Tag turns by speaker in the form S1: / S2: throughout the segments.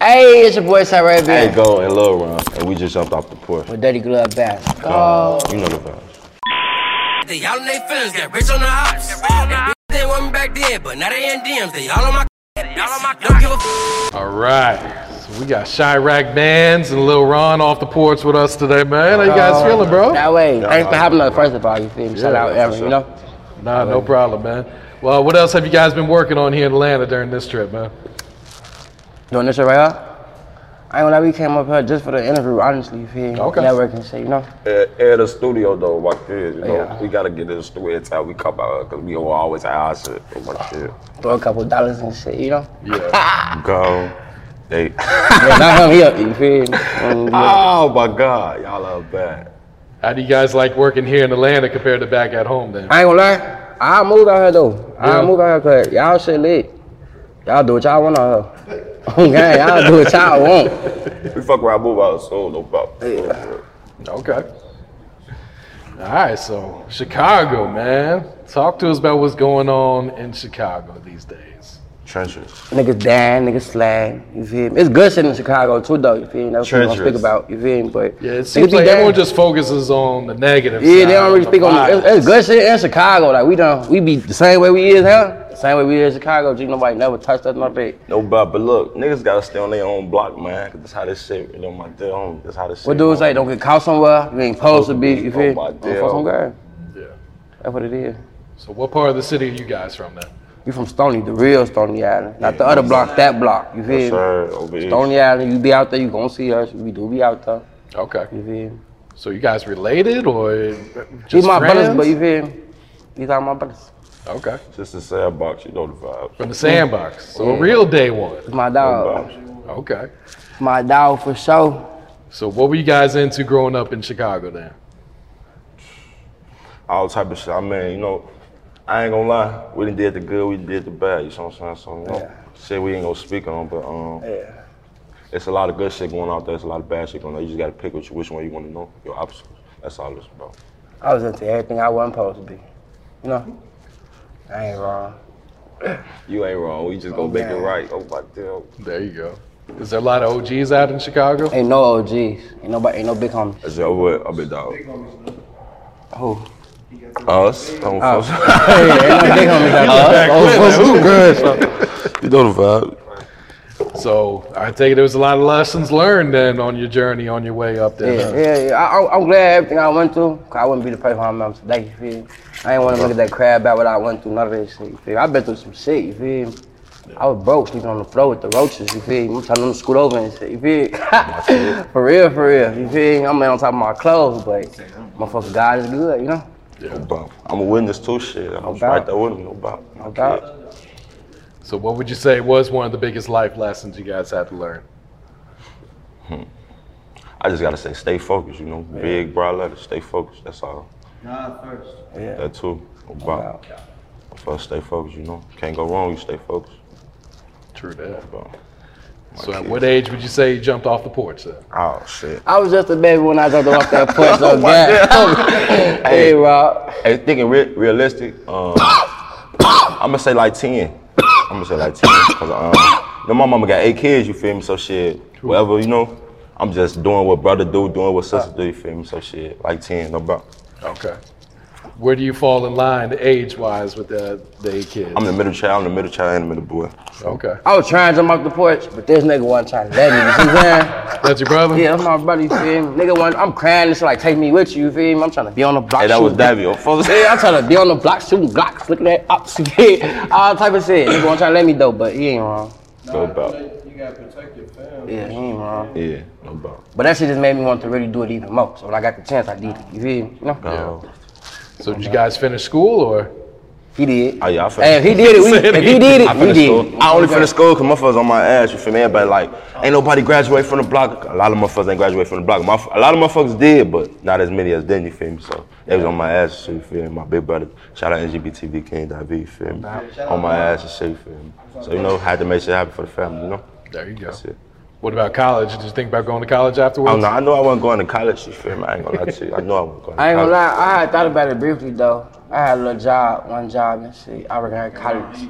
S1: Hey, it's your boy Tyrell
S2: I
S1: Beard
S2: ain't go and Lil Ron, and we just jumped off the porch.
S1: with Dirty Glove Bass.
S2: Uh, you know the vibes.
S3: They all in they feelings, got rich on the ops. They, they want me back then, but now they in DMs. They all on my. Y'all on my. Don't give a. F-
S4: All right. So we got Chirac Bands and Lil Ron off the porch with us today, man. How you guys feeling, bro?
S1: Oh, That way, thanks for having us, first of all, you feel me? Shout
S4: Yeah,
S1: out
S4: for
S1: Ever,
S4: sure.
S1: you know?
S4: Nah, no problem, man. Well, what else have you guys been working on here in Atlanta during this trip, man?
S1: Doing this shit right here. I ain't gonna lie, we came up here just for the interview, honestly, you feel me?
S4: Okay.
S1: Networking shit, you know?
S2: At, at the studio though, my kids, you know,
S1: Yeah.
S2: we gotta get in the studio every time we come out, cause we don't always have our shit. Oh my shit.
S1: Throw a couple dollars and shit, you know?
S2: Go. They.
S1: Yeah, not him, he up, you feel me? Mm, yeah.
S2: oh my God, y'all are bad.
S4: How do you guys like working here in Atlanta compared to back at home, then?
S1: I ain't gonna lie, I'll move out here though. I'll
S4: Yeah.
S1: move out here, cause y'all shit lit. Y'all do what y'all want out here. Okay, y'all do what y'all want.
S2: We fuck around, move out soon, no problem.
S4: Okay. All right, so Chicago, man. Talk to us about what's going on in Chicago these days.
S2: Trenches.
S1: Niggas dying, niggas slang, you feel me? It's good shit in Chicago too, though, you feel me? That's what I'm gonna
S2: Treacherous.
S1: speak about, you feel me? But
S4: Yeah, it
S1: niggas
S4: seems
S1: be
S4: like
S1: dying.
S4: everyone just focuses on the negative.
S1: Yeah, they
S4: side,
S1: don't really speak on the, it's,
S4: violence.
S1: it's good shit in Chicago. Like we done, we be the same way we is here, the same way we is in Chicago. G nobody never touched us nothing. big.
S2: No problem, but look, niggas gotta stay on their own block, man, cause that's how this shit, you know, my dear homie, that's how this shit.
S1: What dudes
S2: going.
S1: say? Don't get caught somewhere. You ain't supposed to be. You
S2: Oh,
S1: feel?
S2: my
S1: Don't
S2: dear.
S1: fuck some girl.
S4: Yeah.
S1: That's what it is.
S4: So, what part of the city are you guys from then?
S1: You from Stony, the real Stony Island, not the other block, that block. You feel? me?
S2: Yes, sir, over here.
S1: Stony Island, you be out there, you gonna see us. We do be out there.
S4: Okay.
S1: You feel? me?
S4: So you guys related or
S1: These
S4: just
S1: my
S4: friends?
S1: brothers, but you feel? me? These are my brothers.
S4: okay.
S2: Just a sad box, you know the vibes.
S4: From the sandbox. So a real day one.
S1: It's my
S2: No
S1: dog.
S2: vibes.
S4: Okay.
S1: My dog for sure.
S4: So what were you guys into growing up in Chicago then?
S2: all type of shit. I mean, you know, I ain't gonna lie. We done did the good, we did the bad. You know what I'm saying? So, you know, shit we ain't gonna speak on, but um, it's a lot of good shit going out there. It's a lot of bad shit going on. You just gotta pick which, which one you want to know. Your obstacles. That's all it's about.
S1: I was into everything I wasn't supposed to be. You know? I ain't wrong.
S2: You ain't wrong. We just gonna make it right. Oh my dear.
S4: There you go. Is there a lot of OGs out in Chicago?
S1: Ain't no OGs. Ain't nobody ain't no big homies.
S2: That's your word. I've been down.
S1: Who?
S2: Us. Don't fuck-
S1: Hey, ain't no big homies out there.
S2: you know the vibe.
S4: So I take it there was a lot of lessons learned then on your journey on your way up there. huh?
S1: Yeah, yeah, yeah. I, I'm- I'm glad everything I went through, 'cause I wouldn't be the person I'm I'm today, you feel me? I ain't want to look at that crab out what I went through, none of that shit, you feel me? I been through some shit, you feel me? I was broke, sleeping on the floor with the roaches, you feel me? I'm telling them to scoot over and shit, you feel me? for real, for real, you feel me? I'm on top of my clothes, but motherfucker, God is good, you know?
S2: No problem. I'm a witness too. Shit. I was
S1: doubt.
S2: right there with him. No problem.
S1: No doubt.
S4: So what would you say was one of the biggest life lessons you guys had to learn?
S2: I just gotta say, stay focused. You know, big broad letters. Stay focused. That's all. Nah, first. Yeah. That too. No problem. First, stay focused. You know, can't go wrong. You stay focused.
S4: True that.
S2: But,
S4: So at what age would you say you jumped off the porch then?
S2: oh shit.
S1: I was just a baby when I jumped off that porch. oh God. hey, Rob.
S2: Hey, thinking re- realistic. Um, I'm gonna say like ten. I'm gonna say like ten. Cause um, you know, my mama got eight kids. You feel me? So shit, whatever. You know, I'm just doing what brother do, doing what sister do. You feel me? So shit, like ten. No problem.
S4: Okay. Where do you fall in line age wise with the the eight kids?
S2: I'm the middle child, I'm the middle child and the middle boy.
S4: okay.
S1: I was trying to jump off the porch, but this nigga wasn't trying to let me. You see what I'm saying?
S4: That's your brother?
S1: Yeah, that's my brother, you feel me? Nigga, one, I'm crying, it's like, take me with you, you feel me? I'm trying to be on the block.
S2: Hey, that was
S1: shooting-
S2: Davio. Fuck.
S1: Yeah, I'm trying to be on the block shooting blocks, looking at ops, you feel me? all type of shit. Nigga, one trying to let me though, but he ain't wrong.
S2: No doubt.
S1: Yeah, he ain't wrong.
S2: Yeah, no doubt.
S1: But that shit just made me want to really do it even more. So when I got the chance, I did it. You feel me? No.
S2: Um,
S4: So did you guys finish school or?
S1: He did.
S2: Oh, yeah, I feel
S1: Hey, if he did it, we,
S4: Say it
S1: if he did it,
S2: I
S1: we
S2: finished
S1: did.
S2: school.
S1: it.
S2: I only
S1: Okay.
S2: finished school because motherfuckers on my ass. You feel me? Everybody like, ain't nobody graduate from the block. A lot of motherfuckers ain't graduate from the block. My, a lot of motherfuckers did, but not as many as then. You feel me? So they was on my ass. So you feel me? My big brother, shout out LGBTV King Davy. You feel me? On my ass and shit. You feel me? So you know, had to make shit happen for the family. You know?
S4: There you go.
S2: That's it.
S4: What about college? Did you think about going to college
S2: I
S4: afterwards?
S2: don't know. I know I wasn't going to college. You feel me? I ain't gonna lie to you. I know I wasn't going. To
S1: I ain't gonna
S2: college.
S1: lie, I had thought about it briefly though. I had a little job, one job and shit. I working at college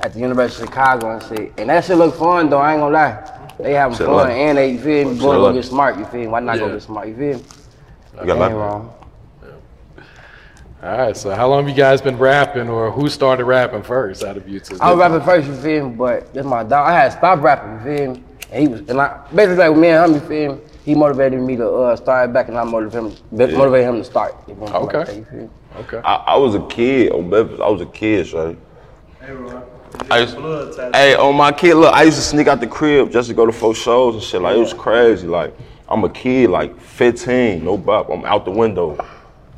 S1: at the University of Chicago and shit. And that shit look fun though, I ain't gonna lie. They having
S2: Shit
S1: fun
S2: look-
S1: and they, you feel me,
S2: shit
S1: going to
S2: look-
S1: get smart, you feel me? Why not
S4: Yeah.
S1: go get smart, you feel me?
S2: You got
S1: Ain't
S2: lucky.
S1: wrong.
S4: All right. So how long have you guys been rapping, or who started rapping first out of you two?
S1: I was rapping first, you feel me, but this my dog. I had to stop rapping, you feel me? And he was, and I, basically like me and him, you feel me? He motivated me to uh, start back and I motivated him, motivated him to start. you feel me, like
S4: Okay.
S1: that, you feel me?
S4: Okay.
S2: I, I was a kid on Memphis. I was a kid, right? I used, hey, on my kid, look, I used to sneak out the crib just to go to four shows and shit. Like, it was crazy. Like, I'm a kid, like 15, no bop. I'm out the window.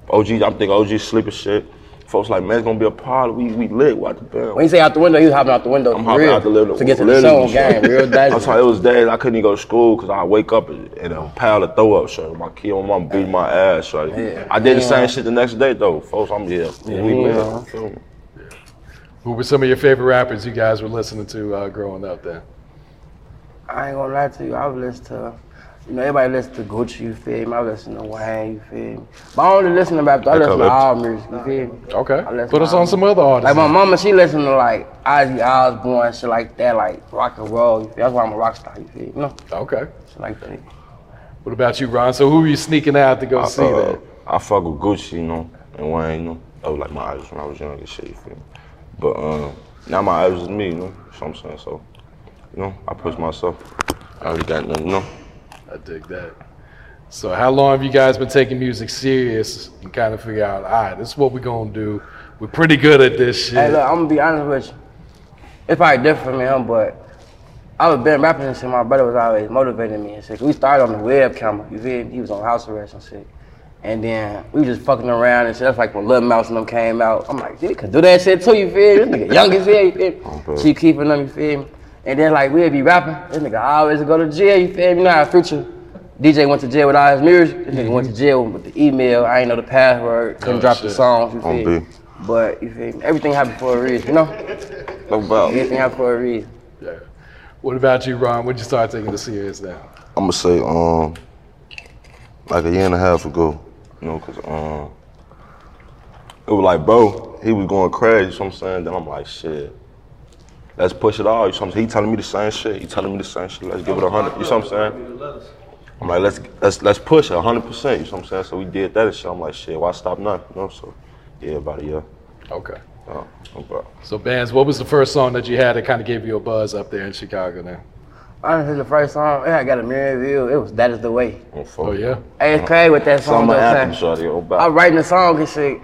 S2: OG, I'm thinking OG sleeping shit. Folks like, man, it's gonna be a party. We, we lit. What the bell?
S1: When you say out the window, he was hopping out the window
S2: I'm
S1: for
S2: hopping
S1: real,
S2: out the living
S1: to get to the
S2: living
S1: zone
S2: room,
S1: game,
S2: son.
S1: real
S2: I'm
S1: dangerous.
S2: talking, it was days I couldn't even go to school because I wake up and and a pile of throw up shit. My kid, my mom beat my ass. Right?
S1: Yeah.
S2: I did the
S1: Yeah.
S2: same shit the next day though, folks. I'm here. we
S1: Yeah.
S2: live. Feel me?
S4: Who were some of your favorite rappers you guys were listening to uh, growing up? Then.
S1: I ain't gonna lie to you. I was listening to, you know, everybody listens to Gucci, you feel me? I listen to Wayne, you feel me? But I only listen to rap, I
S2: That
S1: listen to
S2: color.
S1: all music, you feel me?
S4: Okay.
S1: I listen
S4: Put
S1: to
S4: us
S1: all
S4: on
S1: music.
S4: some other artists.
S1: Like my
S4: then.
S1: mama, she listen to like Ozzy Osbourne, shit like that, like rock and roll. You feel? That's why I'm a rock star, you feel me? You know,
S4: Okay.
S1: shit like that.
S4: What about you, Ron? So who were you sneaking out to go see?
S2: uh,
S4: That?
S2: I fuck with Gucci, you know, and Wayne, you know. That was like my idols when I was young and shit, you feel me? But um, now my idols is me, you know, so I'm saying so. You know, I push myself. I already got nothing, you know.
S4: I dig that. So how long have you guys been taking music serious and kind of figure out, all right, this is what we're gonna do. We're pretty good at this shit.
S1: Hey, look, I'm gonna be honest with you. It's probably different for me, him, but I was been rapping and shit. My brother was always motivating me and shit. We started on the web camera, you feel me? He was on house arrest and shit. And then we was just fucking around and shit. That's like when Lil Mouse and them came out. I'm like, you can do that shit too, you feel me? This nigga young as hell, you feel me?
S2: Okay.
S1: Chief keeping them, you feel me? And then like we'd be rapping. This nigga always go to jail, you feel me? You know how future DJ went to jail with all his music. This nigga went to jail with the email. I ain't know the password. Couldn't
S4: Oh,
S1: drop the
S4: shit.
S1: songs, you
S2: On
S1: feel me?
S2: B.
S1: But you feel me? Everything happened for a reason, you know?
S2: No about.
S1: Everything happened for a reason.
S4: Yeah. What about you, Ron? When did you start taking it serious now?
S2: I'm gonna say um like a year and a half ago, you know, cause um it was like bro, he was going crazy. You know what I'm saying? Then I'm like shit. Let's push it all. You know what I'm saying? He telling me the same shit. He telling me the same shit. Let's give it a hundred. You know what I'm saying? I'm like let's let's let's push it hundred percent. You know what I'm saying? So we did that and shit. I'm like shit. Why stop now? You know? So yeah, about a year.
S4: Okay.
S2: Oh, no problem.
S4: So bands, what was the first song that you had that kind of gave you a buzz up there in Chicago now?
S1: Honestly, the first song, it had got a million views. It was That Is The Way.
S2: Oh, fuck.
S4: Oh yeah.
S1: Hey, it's crazy with that song,
S2: Uh, Summer
S1: though,
S2: anthem,
S1: son.
S2: shorty. Oh,
S1: I'm
S2: about.
S1: writing a song and shit.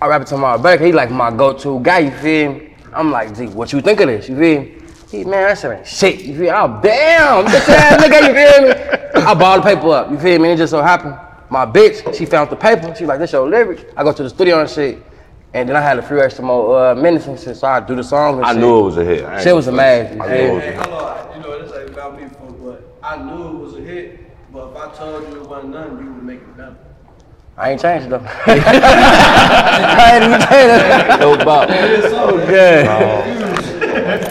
S1: I rap it to my brother, he like my go-to guy, you feel me? I'm like, G, what you think of this, you feel me? He, man, that shit ain't shit, you feel me? Oh, damn, bitch ass nigga, you feel me? I ball the paper up, you feel me? It just so happened, my bitch, she found the paper, she like, this your lyric. I go to the studio and shit, and then I had a few extra more uh, minutes and shit, so I do the song and
S2: I
S1: shit.
S2: knew it was a hit. I ain't
S1: Shit was
S2: gonna lie.
S1: amazing.
S2: I
S1: yeah.
S2: knew it was a hit.
S5: Hello, you know, this ain't about me for what I knew it was a hit, but if I told you it wasn't nothing, you would make it nothing.
S1: I ain't changed though. I ain't even changed.
S2: No about.
S1: Okay.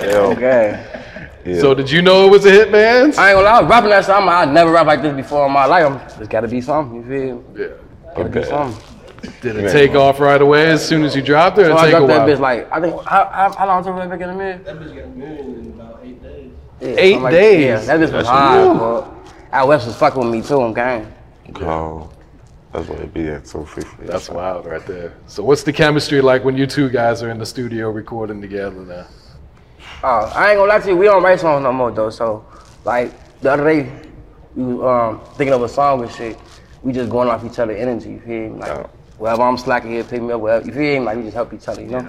S2: Yeah.
S1: Okay.
S4: So did you know it was a hit, man?
S1: I ain't gonna lie, I was rapping that song. I never rap like this before in my life. I'm, there's gotta be something, you feel?
S4: yeah.
S1: Gotta be
S2: Okay.
S1: something.
S4: Did it take off right away as soon as you dropped it, or
S1: So I
S4: take a
S1: dropped that
S4: while?
S1: bitch like, I think, how, how, how long took that bitch in a minute?
S5: That bitch got a million in about eight days.
S1: Yeah,
S4: Eight
S1: something like-
S4: days.
S1: Yeah, that bitch was hard, bro. Al West was fucking with me too, I'm gang.
S2: Go. That's what it be at 250.
S4: That's wild right there. So what's the chemistry like when you two guys are in the studio recording together now?
S1: Uh, I ain't gonna lie to you, we don't write songs no more though. So, like the other day, we was um, thinking of a song and shit. We just going off each other energy. You feel me? Like wherever I'm slacking here, pick me up. Wherever you feel me? Like we just help each other. You know?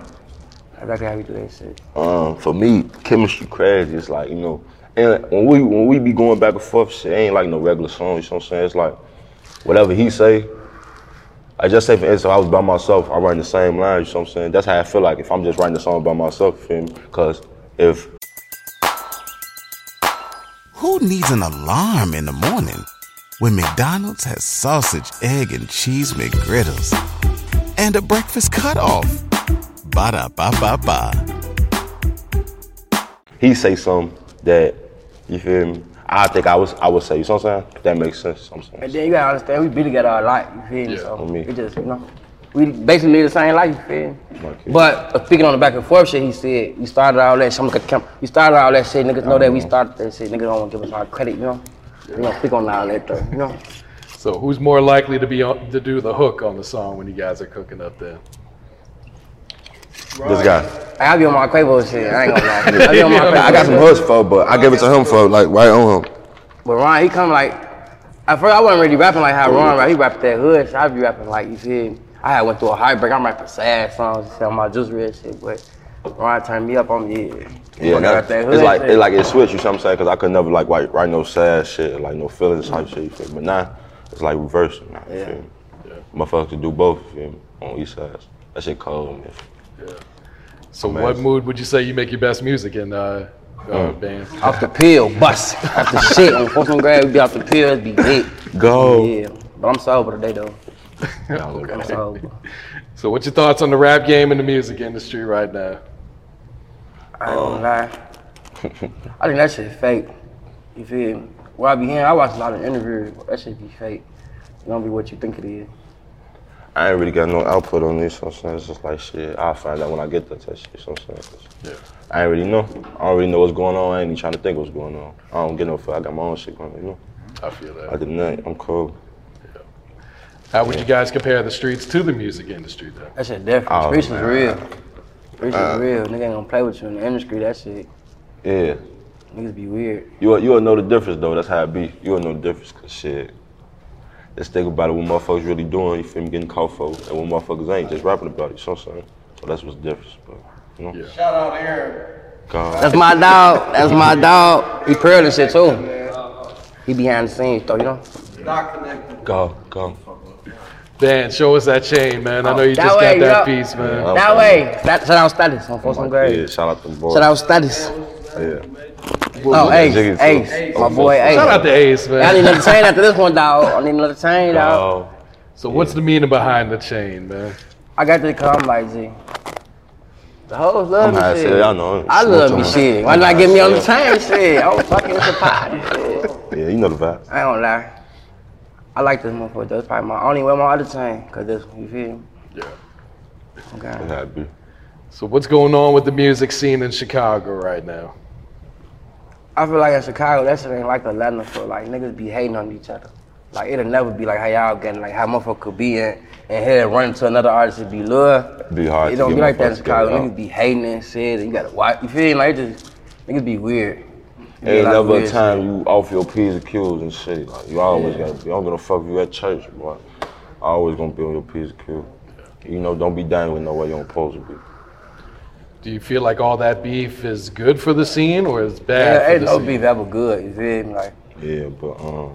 S1: That's exactly how we do that shit.
S2: Um, for me, chemistry crazy. It's like you know, and when we when we be going back and forth, shit ain't like no regular song. You know what I'm saying? It's like whatever he say. I just say for instance, if I was by myself, I write the same lines. You know what I'm saying? That's how I feel like if I'm just writing the song by myself. You feel me? Cause if
S6: Who needs an alarm in the morning when McDonald's has sausage, egg, and cheese McGriddles and a breakfast cutoff? Ba da ba ba ba.
S2: he say something that you feel me, I think I was I would say. You know what I'm saying? If that makes sense. You know what I'm saying?
S1: And then you gotta understand, we be together a lot. You feel me? So
S2: me.
S1: it just you know, we basically live the same life. You feel me? But uh, speaking on the back and forth shit, he said we started all that. Shit, I'm looking at camera. We started all that shit. Niggas know that we started that shit. Niggas don't want to give us our credit. You know? We gonna speak on all that though. You know?
S4: So who's more likely to be on, to do the hook on the song when you guys are cooking up there?
S2: This guy.
S1: I be on my Quavo shit. I ain't gonna lie. I be on my Quavo.
S2: I got some
S1: shit.
S2: hoods for, but I give it to him for like right on him.
S1: But Ron, he come like, at first I wasn't really rapping like how Ron rap. He rapped that hood. So I be rapping like, you feel me? I had went through a heartbreak. I'm rapping sad songs, shit on my juice real shit. But Ron turned me up. I'm yeah.
S2: Yeah,
S1: Ron
S2: that,
S1: rap that hood
S2: it's like
S1: shit.
S2: it's like it switched. You see what I'm saying? Because I could never like write, write no sad shit, like no feelings type shit. You feel me? But now it's like reverse. Now, you
S1: Yeah.
S2: feel me? Motherfuckers can do both. You feel me? On each sides. That shit cold, man.
S4: So what mood would you say you make your best music in, uh, uh, band?
S1: off the pill, bust. off the shit. On fourth and grade, we be off the pill, be lit.
S2: Go.
S1: Yeah. But I'm sober today though. I'm
S4: Okay.
S1: sober.
S4: So what's your thoughts on the rap game and the music industry right now?
S1: I ain't
S2: Oh.
S1: gonna lie. I think that shit fake. You feel me? Where I be hearing, I watch a lot of interviews. That shit be fake. It don't be what you think it is.
S2: I ain't really got no output on this. You know what I'm saying? It's just like shit. I'll find out when I get there, that shit. You know what I'm saying? Yeah. I ain't really know. I don't really know what's going on. I ain't even trying to think what's going on. I don't get no fuck. I got my own shit going on. You know?
S4: I feel that.
S2: Other than that, I'm cool.
S4: How would you guys compare the streets to the music industry, though?
S1: That shit different.
S2: Oh,
S1: Streets is
S2: man. Uh.
S1: real. Streets is real. Nigga ain't gonna play with you in the industry. That shit.
S2: Yeah.
S1: Niggas be weird.
S2: You you will know the difference though. That's how it be. You will know the difference. Cause shit, just think about it. What motherfuckers really doing? You feel me? Getting caught for, and what motherfuckers ain't just rapping about it. So so. So that's what's the difference. But you know,
S5: Shout out Aaron.
S2: God.
S1: That's my dog. That's my dog. He pearl and shit too. He behind the scenes though, you know?
S5: Not connected.
S2: Go, go.
S4: Dan, show us that chain, man. I know you
S1: Oh, That
S4: just
S1: way,
S4: got that
S1: yeah.
S4: piece, man.
S2: Yeah.
S1: That way. That, shout out status on Folsom
S2: Yeah,
S1: Grade.
S2: shout out to them boys.
S1: Shout out status.
S2: Yeah.
S1: Oh, Ace.
S2: Jiggy too.
S1: Ace. My
S2: Oh,
S1: boy
S2: Folsom.
S1: Ace.
S4: Shout out to Ace,
S1: I need
S4: man.
S1: another chain after this one, dog. I need another chain, dog.
S2: Oh,
S4: So what's the meaning behind the chain, man?
S1: I got this car, I'm like, G. The hoes love
S2: I'm
S1: me
S2: high as
S1: shit.
S2: hell. Y'all know.
S1: I love me
S2: Smoke
S1: shit.
S2: on.
S1: Why
S2: I'm
S1: not
S2: high
S1: get me
S2: as
S1: on the
S2: hell.
S1: chain shit? I was fucking with the party shit.
S2: Yeah, you know the vibe.
S1: I ain't gonna lie. I like this motherfucker. That's probably my only wear my other chain, cause this you feel me?
S4: Yeah.
S1: Okay.
S2: That's how it be.
S4: So what's going on with the music scene in Chicago right now?
S1: I feel like in Chicago, that shit ain't like Atlanta for like niggas be hating on each other. Like it'll never be like how y'all getting like how motherfucker could be in and here running to another artist and be lure.
S2: Be hard
S1: It
S2: to
S1: don't
S2: get
S1: be like that in
S2: motherfuckers
S1: Chicago.
S2: together, huh?
S1: Niggas be hating and shit. And you gotta watch. You feel me? like it just niggas be weird. Be
S2: Ain't
S1: lot of
S2: never a
S1: weird
S2: time you off your P's and Q's and shit. Like, you always gotta be. I'm gonna fuck you at church, boy. I always gonna be on your P's and Q's. You know, don't be dangling no way you don't supposed to be.
S4: Do you feel like all that beef is good for the scene or is bad
S1: Yeah,
S4: for
S1: ain't
S4: the
S1: no
S4: scene?
S1: beef ever good. You feel me? Like
S2: Yeah, but um,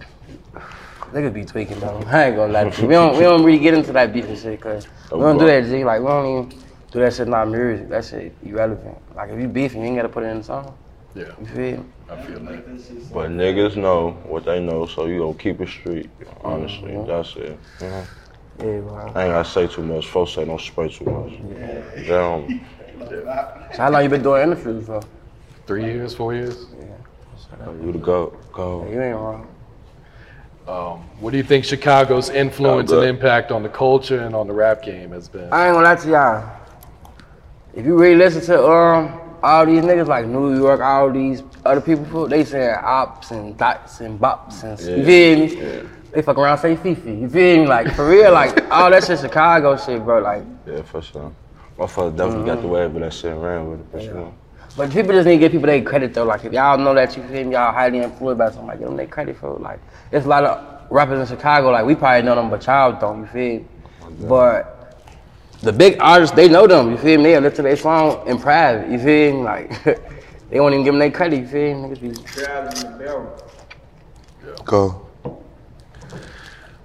S1: niggas be tweaking though. I ain't gonna lie to you. We don't we don't really get into that beef and shit, cause we don't do that. G. Like we don't even do that shit in our music. That shit irrelevant. Like if you beefing, you ain't gotta put it in the song.
S4: Yeah,
S1: You feel me?
S4: I feel that.
S2: but niggas know what they know, so you gonna keep it street. Honestly, that's it.
S1: Yeah, bro.
S2: I ain't gotta say too much. Folks say don't spray too much. Damn.
S1: So how long you been doing interviews for?
S4: Three years, four years?
S2: You the go, go.
S1: You ain't wrong.
S4: Um, What do you think Chicago's influence
S2: Oh,
S4: and
S2: good.
S4: impact on the culture and on the rap game has been?
S1: I ain't gonna lie to y'all. If you really listen to um all these niggas like New York, all these other people, they saying ops and dots and bops and
S2: Yeah.
S1: you feel me? They fuck around say Fifi, you feel me? Like for real, like all that shit Chicago shit, bro. Like,
S2: Yeah, for sure. My father definitely got the wave, but that shit ran with it, for sure.
S1: but people just need to give people their credit though. Like if y'all know that you feel me, y'all highly influenced by somebody, give them their credit for it. Like it's a lot of rappers in Chicago, like we probably know them, but y'all don't. You feel me? But the big artists, they know them. You feel me? They listen to their song in private. You feel me? Like they won't even give them their credit. You feel me? Niggas be
S5: Crabs in the barrel.
S2: Go.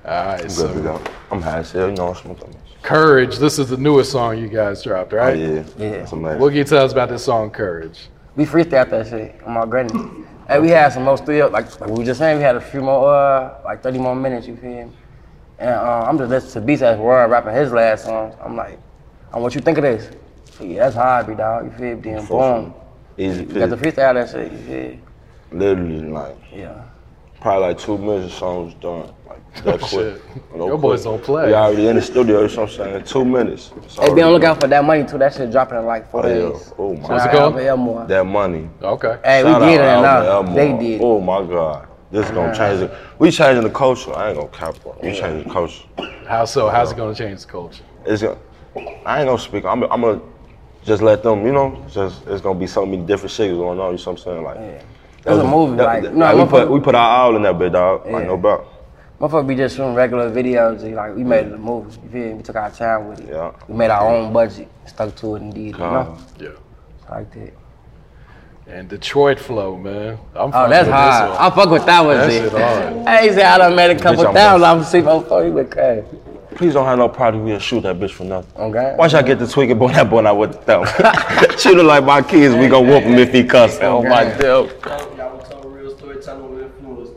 S4: All right,
S2: I'm good
S4: so-
S2: to go. I'm high as hell. You know I'm smoking.
S4: Courage. This is the newest song you guys dropped, right?
S2: yeah. Yeah. That's amazing.
S4: What can you tell us about this song, Courage?
S1: We freestyled that shit on my granny. And we had some more studio, like, like we were just saying, we had a few more, uh, like 30 more minutes, you feel me? And uh, I'm just listening to Beats as Roy rapping his last song. I'm like, I want you to think of this. So, yeah, that's how I be, dog. You feel me? Then boom.
S2: Easy
S1: You got the
S2: pick.
S1: freestyle that shit, you feel me?
S2: Literally, like,
S1: Yeah.
S2: probably like two minutes of song was done. Like, that quick.
S1: Shit.
S2: No
S1: Your boys
S2: quick.
S1: don't play.
S2: We already in the studio, you know what I'm saying? Two minutes. It's
S1: Hey, be
S2: already
S1: on
S2: done.
S1: lookout for that money too. That shit dropping in like four
S2: Oh, yeah.
S1: days.
S2: Oh, my
S1: Shout out Alvin Elmore.
S2: That money.
S4: Okay.
S1: Hey, we
S2: Shout
S1: did it
S2: out
S1: now.
S2: Alvin
S1: They
S2: Elmore.
S1: did.
S2: Oh, my God. This is going
S4: Ah.
S2: to change it. We changing the culture. I ain't going to cap, bro. We changing the culture.
S4: How so? How's it going to change the culture?
S2: It's gonna, I ain't gonna speak. I'm, I'm gonna just let them, you know, just it's gonna be so many different shit going on. You know what I'm saying? Like, that
S1: It's
S2: was-
S1: a movie,
S2: that-
S1: like,
S2: that-
S1: no,
S2: we
S1: motherfucker-
S2: put we put our all in that bit, dog. Like
S1: Yeah.
S2: no doubt.
S1: Motherfucker be just shooting regular videos. and, Like we made it a movie. You feel me? We took our time with it. We made our own budget. Stuck to it and did it. You know?
S4: Yeah.
S1: Like that.
S4: And Detroit flow, man. I'm
S1: Oh, that's hard. I fuck with that one.
S4: That's
S1: Z.
S4: it hard.
S1: I ain't say I done made a couple
S2: Bitch, I'm
S1: thousand. I'm sleep on phone. You look crazy.
S2: Please don't have no product. We'll shoot that bitch for nothing.
S1: Okay.
S2: Watch I get the tweaking boy. That boy not with them. Shoot him like my kids. We gonna whoop him if he cuss. Oh my
S5: Okay.
S2: damn.
S5: Y'all, y'all was telling real story, telling them influence.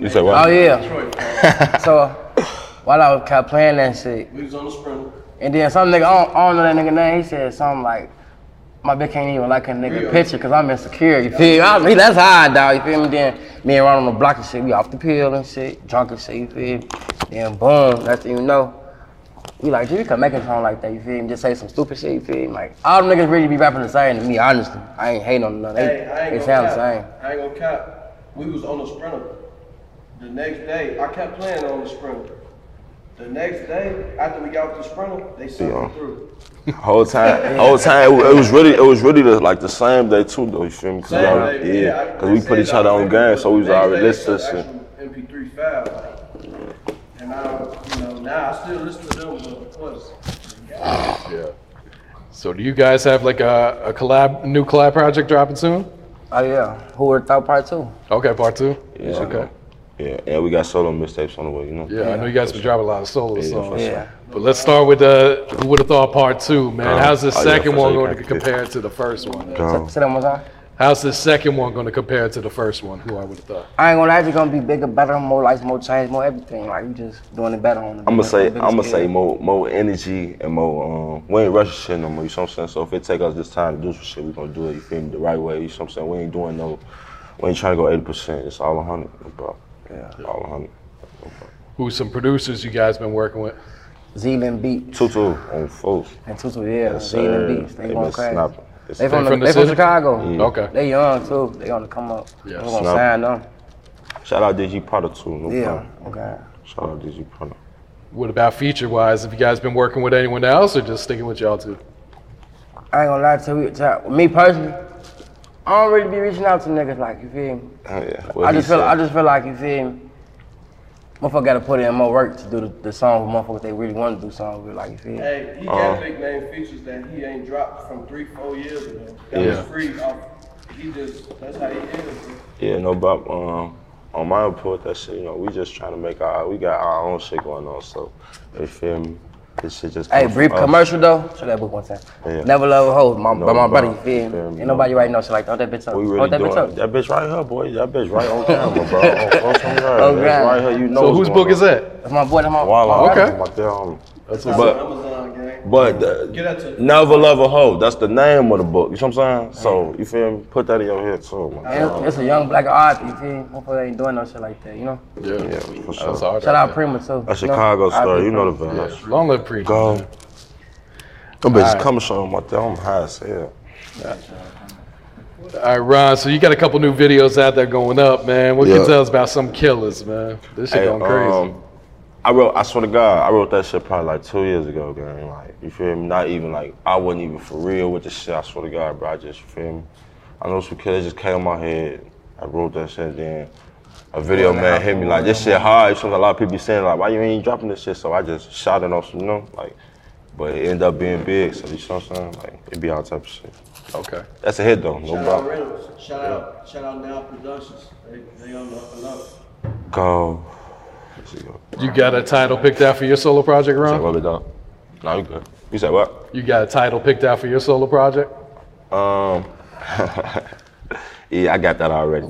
S2: You say what?
S1: Oh yeah. so while I was kept playing that shit,
S5: We was on the sprinter.
S1: and then some nigga, I don't, I don't know that nigga name. He said something like, "My bitch can't even like a nigga
S5: Yeah.
S1: picture because I'm insecure." You feel me? I mean, that's high, dog. You feel me? Then me and Ron on the block and shit, we off the pill and shit, drunk and shit. You feel me? Then boom, next thing you know. We like, dude, we could make a song like that, you feel me? Just say some stupid shit, you feel me? Like, all them niggas really be rapping the same to me, honestly. I ain't hating on them, they,
S5: Hey, I
S1: they
S5: ain't
S1: sound
S5: gonna
S1: the
S5: cap.
S1: same.
S5: I ain't gonna cap. We was on the sprinter. The next day, I kept playing on the sprinter. The next day, after we got off the sprinter, they sent
S2: Yeah.
S5: me through.
S2: Whole time, whole time, it was really, it was really the, like the same day too, though. You feel me? Cause we
S5: Same
S2: already-
S5: day, yeah,
S2: yeah,
S5: I-
S2: because we
S5: they
S2: put each
S5: said
S2: other
S5: I
S2: on game, so we was
S5: Next
S2: already
S5: day,
S2: listening.
S5: they
S2: to
S5: sent
S2: shit.
S5: actual MP3 file. like, And I, you know, now I still listen to them, but of course.
S4: Yeah. So, do you guys have like a, a collab, new collab project dropping soon?
S1: Oh, yeah. Who would have thought part two?
S4: Okay, part two.
S2: Yeah,
S4: Okay.
S2: Yeah, yeah, we got solo mixtapes on the way. You know.
S4: Yeah, I know you guys been dropping a lot of solo
S2: Yeah, for
S4: songs.
S2: sure. Yeah.
S4: But let's start with uh, Who Would Have Thought Part Two, man.
S2: Uh,
S4: How's the
S2: oh, yeah,
S4: second
S2: for
S4: one
S2: sure, you
S4: going to
S2: got this.
S4: compare to the first one?
S2: Go.
S1: Say that one more time.
S4: How's the second one going to compare to the first one? Who I Would Have Thought?
S1: I ain't gonna lie, it's gonna be bigger, better, more lights, more change, more everything. Like, you just doing it better on the
S2: I'm gonna
S1: bigger-
S2: say,
S1: bigger
S2: I'm gonna
S1: scale.
S2: say more, more energy and more. Um, we ain't rushing shit no more. You know what I'm saying? So if it take us this time to do some shit, we gonna do it. You feel me? The right way. You know what I'm saying? We ain't doing no, we ain't trying to go 80. percent It's all 100, bro. Yeah. All 100.
S4: Who's some producers you guys been working with?
S1: Zealand Beat.
S2: Tutu on folks.
S1: And Tutu, yeah,
S2: Yes,
S1: Zealand
S2: sir.
S1: Beats. They,
S2: They
S1: going
S2: been
S1: crazy.
S2: snapping. It's-
S1: They from,
S2: They
S1: the,
S2: from the
S1: they from
S2: city?
S1: Chicago.
S2: Yeah. Okay.
S1: They young too. They gonna come up.
S2: Yeah.
S1: Yeah. We gonna
S2: Snap.
S1: sign them.
S2: Shout out DG Potter too. No
S1: Yeah,
S2: problem.
S1: okay.
S2: Shout out DG Potter.
S4: What about feature wise? Have you guys been working with anyone else or just sticking with y'all two?
S1: I ain't gonna lie to you. To, me personally, I don't really be reaching out to niggas like you feel me.
S2: Oh yeah.
S1: I just feel I just feel like you feel me. Motherfucker gotta put in more work to do the, the song. with Motherfuckers they really want to do songs with, like you feel me.
S5: Hey, he got big
S2: Uh,
S5: name features that he ain't dropped from three, four years ago. That
S2: Yeah.
S5: was free. Off. He just, that's how he is. bro.
S2: Yeah, no problem. Um, on my report, that shit, you know, we just trying to make our, we got our own shit going on, so, you feel me? This shit just
S1: Hey,
S2: come from
S1: brief
S2: us.
S1: commercial though. Show that book one time.
S2: Yeah.
S1: Never love a hoe, my,
S2: No,
S1: by my
S2: no,
S1: brother. You feel me?
S2: feel me,
S1: Ain't
S2: no.
S1: nobody right now. So like, throw that bitch up.
S2: We
S1: throw
S2: really
S1: that
S2: doing
S1: bitch up.
S2: that bitch right here, boy. That bitch right on camera, bro. On, on camera,
S1: Oh,
S2: that bitch
S1: God.
S2: right here, you know.
S4: So whose book is that? Oh,
S1: That's my boy. That's my
S2: Voila.
S1: my brother.
S2: My damn.
S4: That's
S5: what's
S2: but,
S5: up. Amazon, gang.
S2: But uh,
S5: Get that to-
S2: never love a hoe. That's the name of the book. You know what I'm saying? So you feel me? Put that in your head too. My
S1: And it's, it's a young black art. You feel me? Motherfucker ain't doing no shit like that. You know.
S4: Yeah,
S2: yeah, for sure.
S4: That's hard.
S1: Shout out Prima too.
S2: A Chicago story, you know the vibe.
S4: Long live Prima.
S2: Go. Them bitches
S4: Alright.
S2: coming show my thing. I'm high as hell.
S4: All right, Ron. So you got a couple new videos out there going up, man. What can
S2: Yeah.
S4: you tell us about some killers, man? This shit
S2: Hey,
S4: going crazy.
S2: um, I wrote. I swear to God, I wrote that shit probably like two years ago, gang. Like you feel me? Not even like I wasn't even for real with the shit. I swear to God, bro. I just you feel me. I know some kids just came in my head. I wrote that shit. Then a video man hit me like this shit hard. Something a lot of people be saying like, why you ain't dropping this shit? So I just shot it on some, you know, like. But it ended up being big. So you know what I'm saying? Like it be all type of shit.
S4: Okay.
S2: That's a hit though. No
S5: shout out
S2: problem.
S5: Reynolds. Shout out, shout out Now Productions. They, they on the up and up.
S2: Go.
S4: You got a title picked out for your solo project, Ron?
S2: Rub it down. Nah, you good. You said what?
S4: You got a title picked out for your solo project?
S2: Um, yeah, I got that already.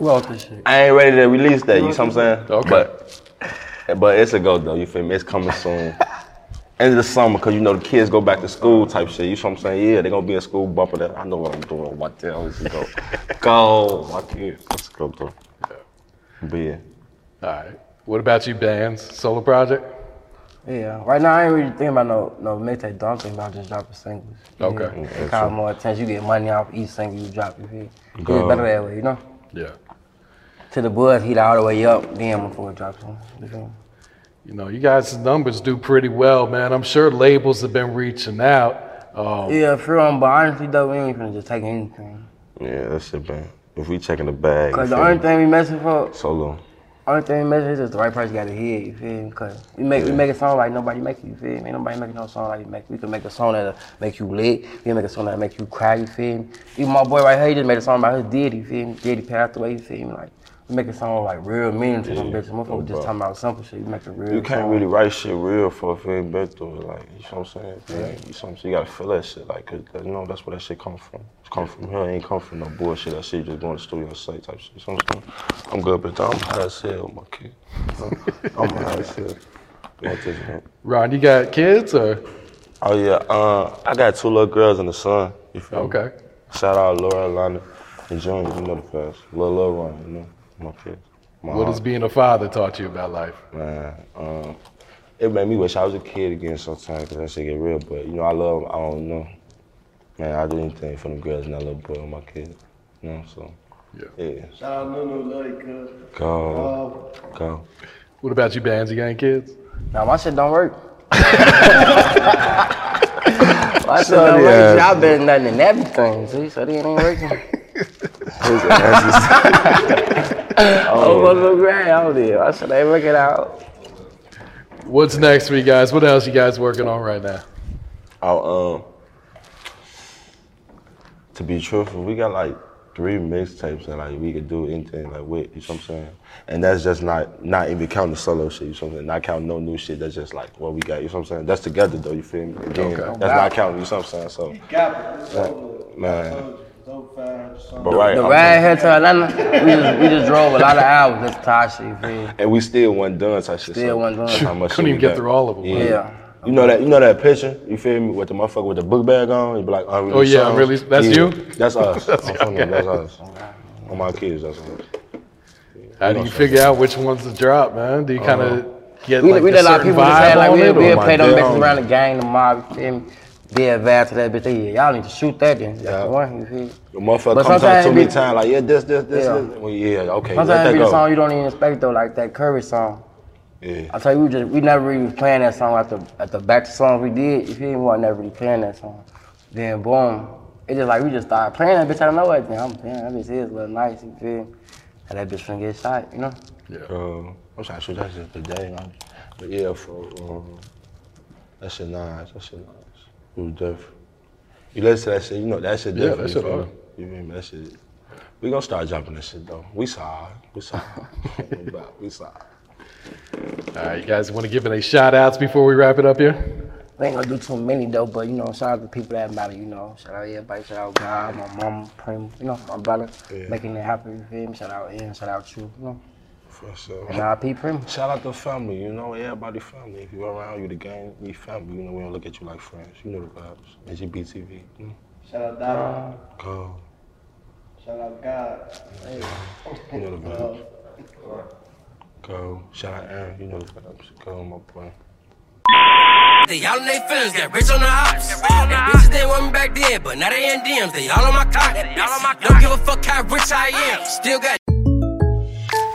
S2: I ain't ready to release that. You know what I'm saying? Okay. But, but it's a go though. You feel me? It's coming soon. End of the summer, cause you know the kids go back to school type shit. You know what I'm saying? Yeah, they gonna be in school bumping that. I know what I'm doing. What the hell is it go? go, my kids. Let's go though. But yeah.
S4: All right. What about you, bands? Solo project?
S1: Yeah, right now I ain't really thinking about no no mixtape. though. I'm thinking about just dropping singles. You
S4: Okay.
S1: feel me?
S4: Okay,
S1: It kind
S4: sure.
S1: of more attention. You get money off each single you drop. You feel me?
S4: Go.
S1: It's better that way, you know.
S4: Yeah.
S1: Till the buzz heat all the way up, then before it drops. You feel me?
S4: You know, you guys' numbers do pretty well, man. I'm sure labels have been reaching out. Um,
S1: Yeah, for real. But honestly though, we ain't finna just take anything.
S2: Yeah, that shit, man. If we checking the bag, you
S1: Cause the
S2: feel
S1: only
S2: me?
S1: thing we messing for,
S2: solo.
S1: only thing we messing is just the right person got to hear. it, You feel me? Cause we make we
S2: Yeah.
S1: make a song like nobody make it. You feel me? Ain't nobody making no song like you make. We can make a song that'll make you lit. We can make a song that'll make you cry. You feel me? Even my boy right here, he just made a song about his deity. You feel me? Deity passed away. You feel me? Like we make a song like real meaningful. Yeah. Bitch, motherfucker just talking about simple shit. You make a real.
S2: You can't
S1: song.
S2: really write shit real for a feeling back through it. Like, you know what I'm saying? Yeah. You, know what I'm saying? you gotta feel that shit. Like, 'cause that- you know, that's where that shit come from. It's come from here. It ain't come from no bullshit. That shit just going to the studio and say type shit. You know what I'm saying? I'm good, but I'm high as hell, my kid. I'm high as hell. Like this, man.
S4: Ron, you got kids or?
S2: Oh, yeah. Uh, I got two little girls and a son. You feel me?
S4: Okay.
S2: Shout out Laura, Lana, and Junior. You know the past. Lil Lil Ron, you know? My kids. My
S4: What
S2: heart.
S4: has being a father taught you about life?
S2: Man, um, it made me wish I was a kid again sometimes because that shit get real. But you know, I love. I don't know. Man, I do anything for them girls and that little boy and my kid. You know, so yeah.
S5: Shout out Nunu, love you, cuz.
S2: Go, go.
S4: What about you, bands? You got any kids?
S1: Now my shit don't work. my shit
S2: Son,
S1: don't
S2: yeah.
S1: work. Y'all better than nothing than everything. See, so they ain't working. oh, my little grand out there. I said they work it out.
S4: What's next for you guys? What else you guys working on right now?
S2: Oh, um, to be truthful, we got like three mixtapes and like we could do anything like with. You know what I'm saying? And that's just not not even counting the solo shit. You know what I'm saying? Not counting no new shit. That's just like what we got. You know what I'm saying? That's together though. You feel me? Again,
S5: Okay.
S2: That's not counting. You know what I'm saying? So.
S5: Gap, it's
S2: Yeah,
S5: over.
S2: Man.
S5: So fast, so
S2: But right,
S1: the
S2: I'm
S1: ride
S2: telling-
S1: here to Atlanta, we just, we just drove a lot of hours. That's Tasha, you feel me?
S2: And we still wasn't done type shit.
S1: Still
S2: so
S1: wasn't done.
S2: that's How
S1: Couldn't
S2: much shit
S1: even
S2: we
S1: get
S2: got.
S1: through all of them,
S2: Yeah.
S1: right? Yeah.
S2: You know that you know that picture, you feel me, with the motherfucker with the book bag on? You be like, unreleased
S4: Oh, yeah,
S2: songs.
S4: unreleased- that's you?
S2: That's us.
S4: That's-
S2: I'm from them,
S4: okay.
S2: that's us. On my kids, that's us.
S4: How do you figure out which ones to drop, man? Do you kind of get
S1: we,
S4: like
S1: we
S4: a
S1: let a lot of
S4: certain
S1: people just
S4: vibe
S1: say like
S4: on
S1: we
S4: it,
S1: we
S4: or-
S1: play them bitches around the gang, the mob, you feel me? Be advanced to that bitch. They, yeah, y'all need to shoot that then. That's the one, you feel me?
S2: The motherfucker
S1: But
S2: comes up
S1: sometimes
S2: too
S1: it
S2: many
S1: be-
S2: times, like, yeah, this, this, this,
S1: Yeah.
S2: this. Well, yeah, okay,
S1: Sometimes it
S2: let that
S1: be the song
S2: go.
S1: you don't even expect though, like that Curry song.
S2: Yeah.
S1: I tell you, we just we never really was playing that song at the at the back song we did. You feel me? We wasn't never really playing that song. Then boom, it just like we just started playing that bitch. I don't know what. Then I'm playing that bitch is little nice. You feel me? And that bitch finna get shot. You know?
S4: Yeah.
S2: Um, I'm trying to shoot that shit today, man. But yeah, for um, that shit nice. That shit nice. It was different. You listen to that shit, you know that shit
S4: Yeah,
S2: different.
S4: that
S2: you
S4: shit
S2: feel
S4: hard.
S2: me? You feel me? That shit. We gonna start jumping that shit though. We saw. We saw. we saw.
S4: All right, you guys want to give any shout outs before we wrap it up here?
S1: We ain't gonna do too many though, but you know, shout out to the people that matter. You know, shout out everybody. Shout out God, my mom, Prim, you know, my brother,
S2: Yeah.
S1: making it happen. You feel me? Shout out Ian. Shout out you. You know,
S2: For sure.
S1: and R.P. Prim.
S2: Shout out to family, you know, everybody family. If you around you, the gang, we family. You know, we don't look at you like friends. You know the vibes. LGBTV. Mm.
S5: Shout out Dada.
S2: Go.
S5: Shout out God.
S2: You know the vibes. Go. Shout out Aaron. You know the vibes. Go, my boy.
S1: They all in they feelings, got rich on the ops. And bitches they want me back then, but now they in DMs. They all on my cock. Don't give a fuck how rich I am. Still got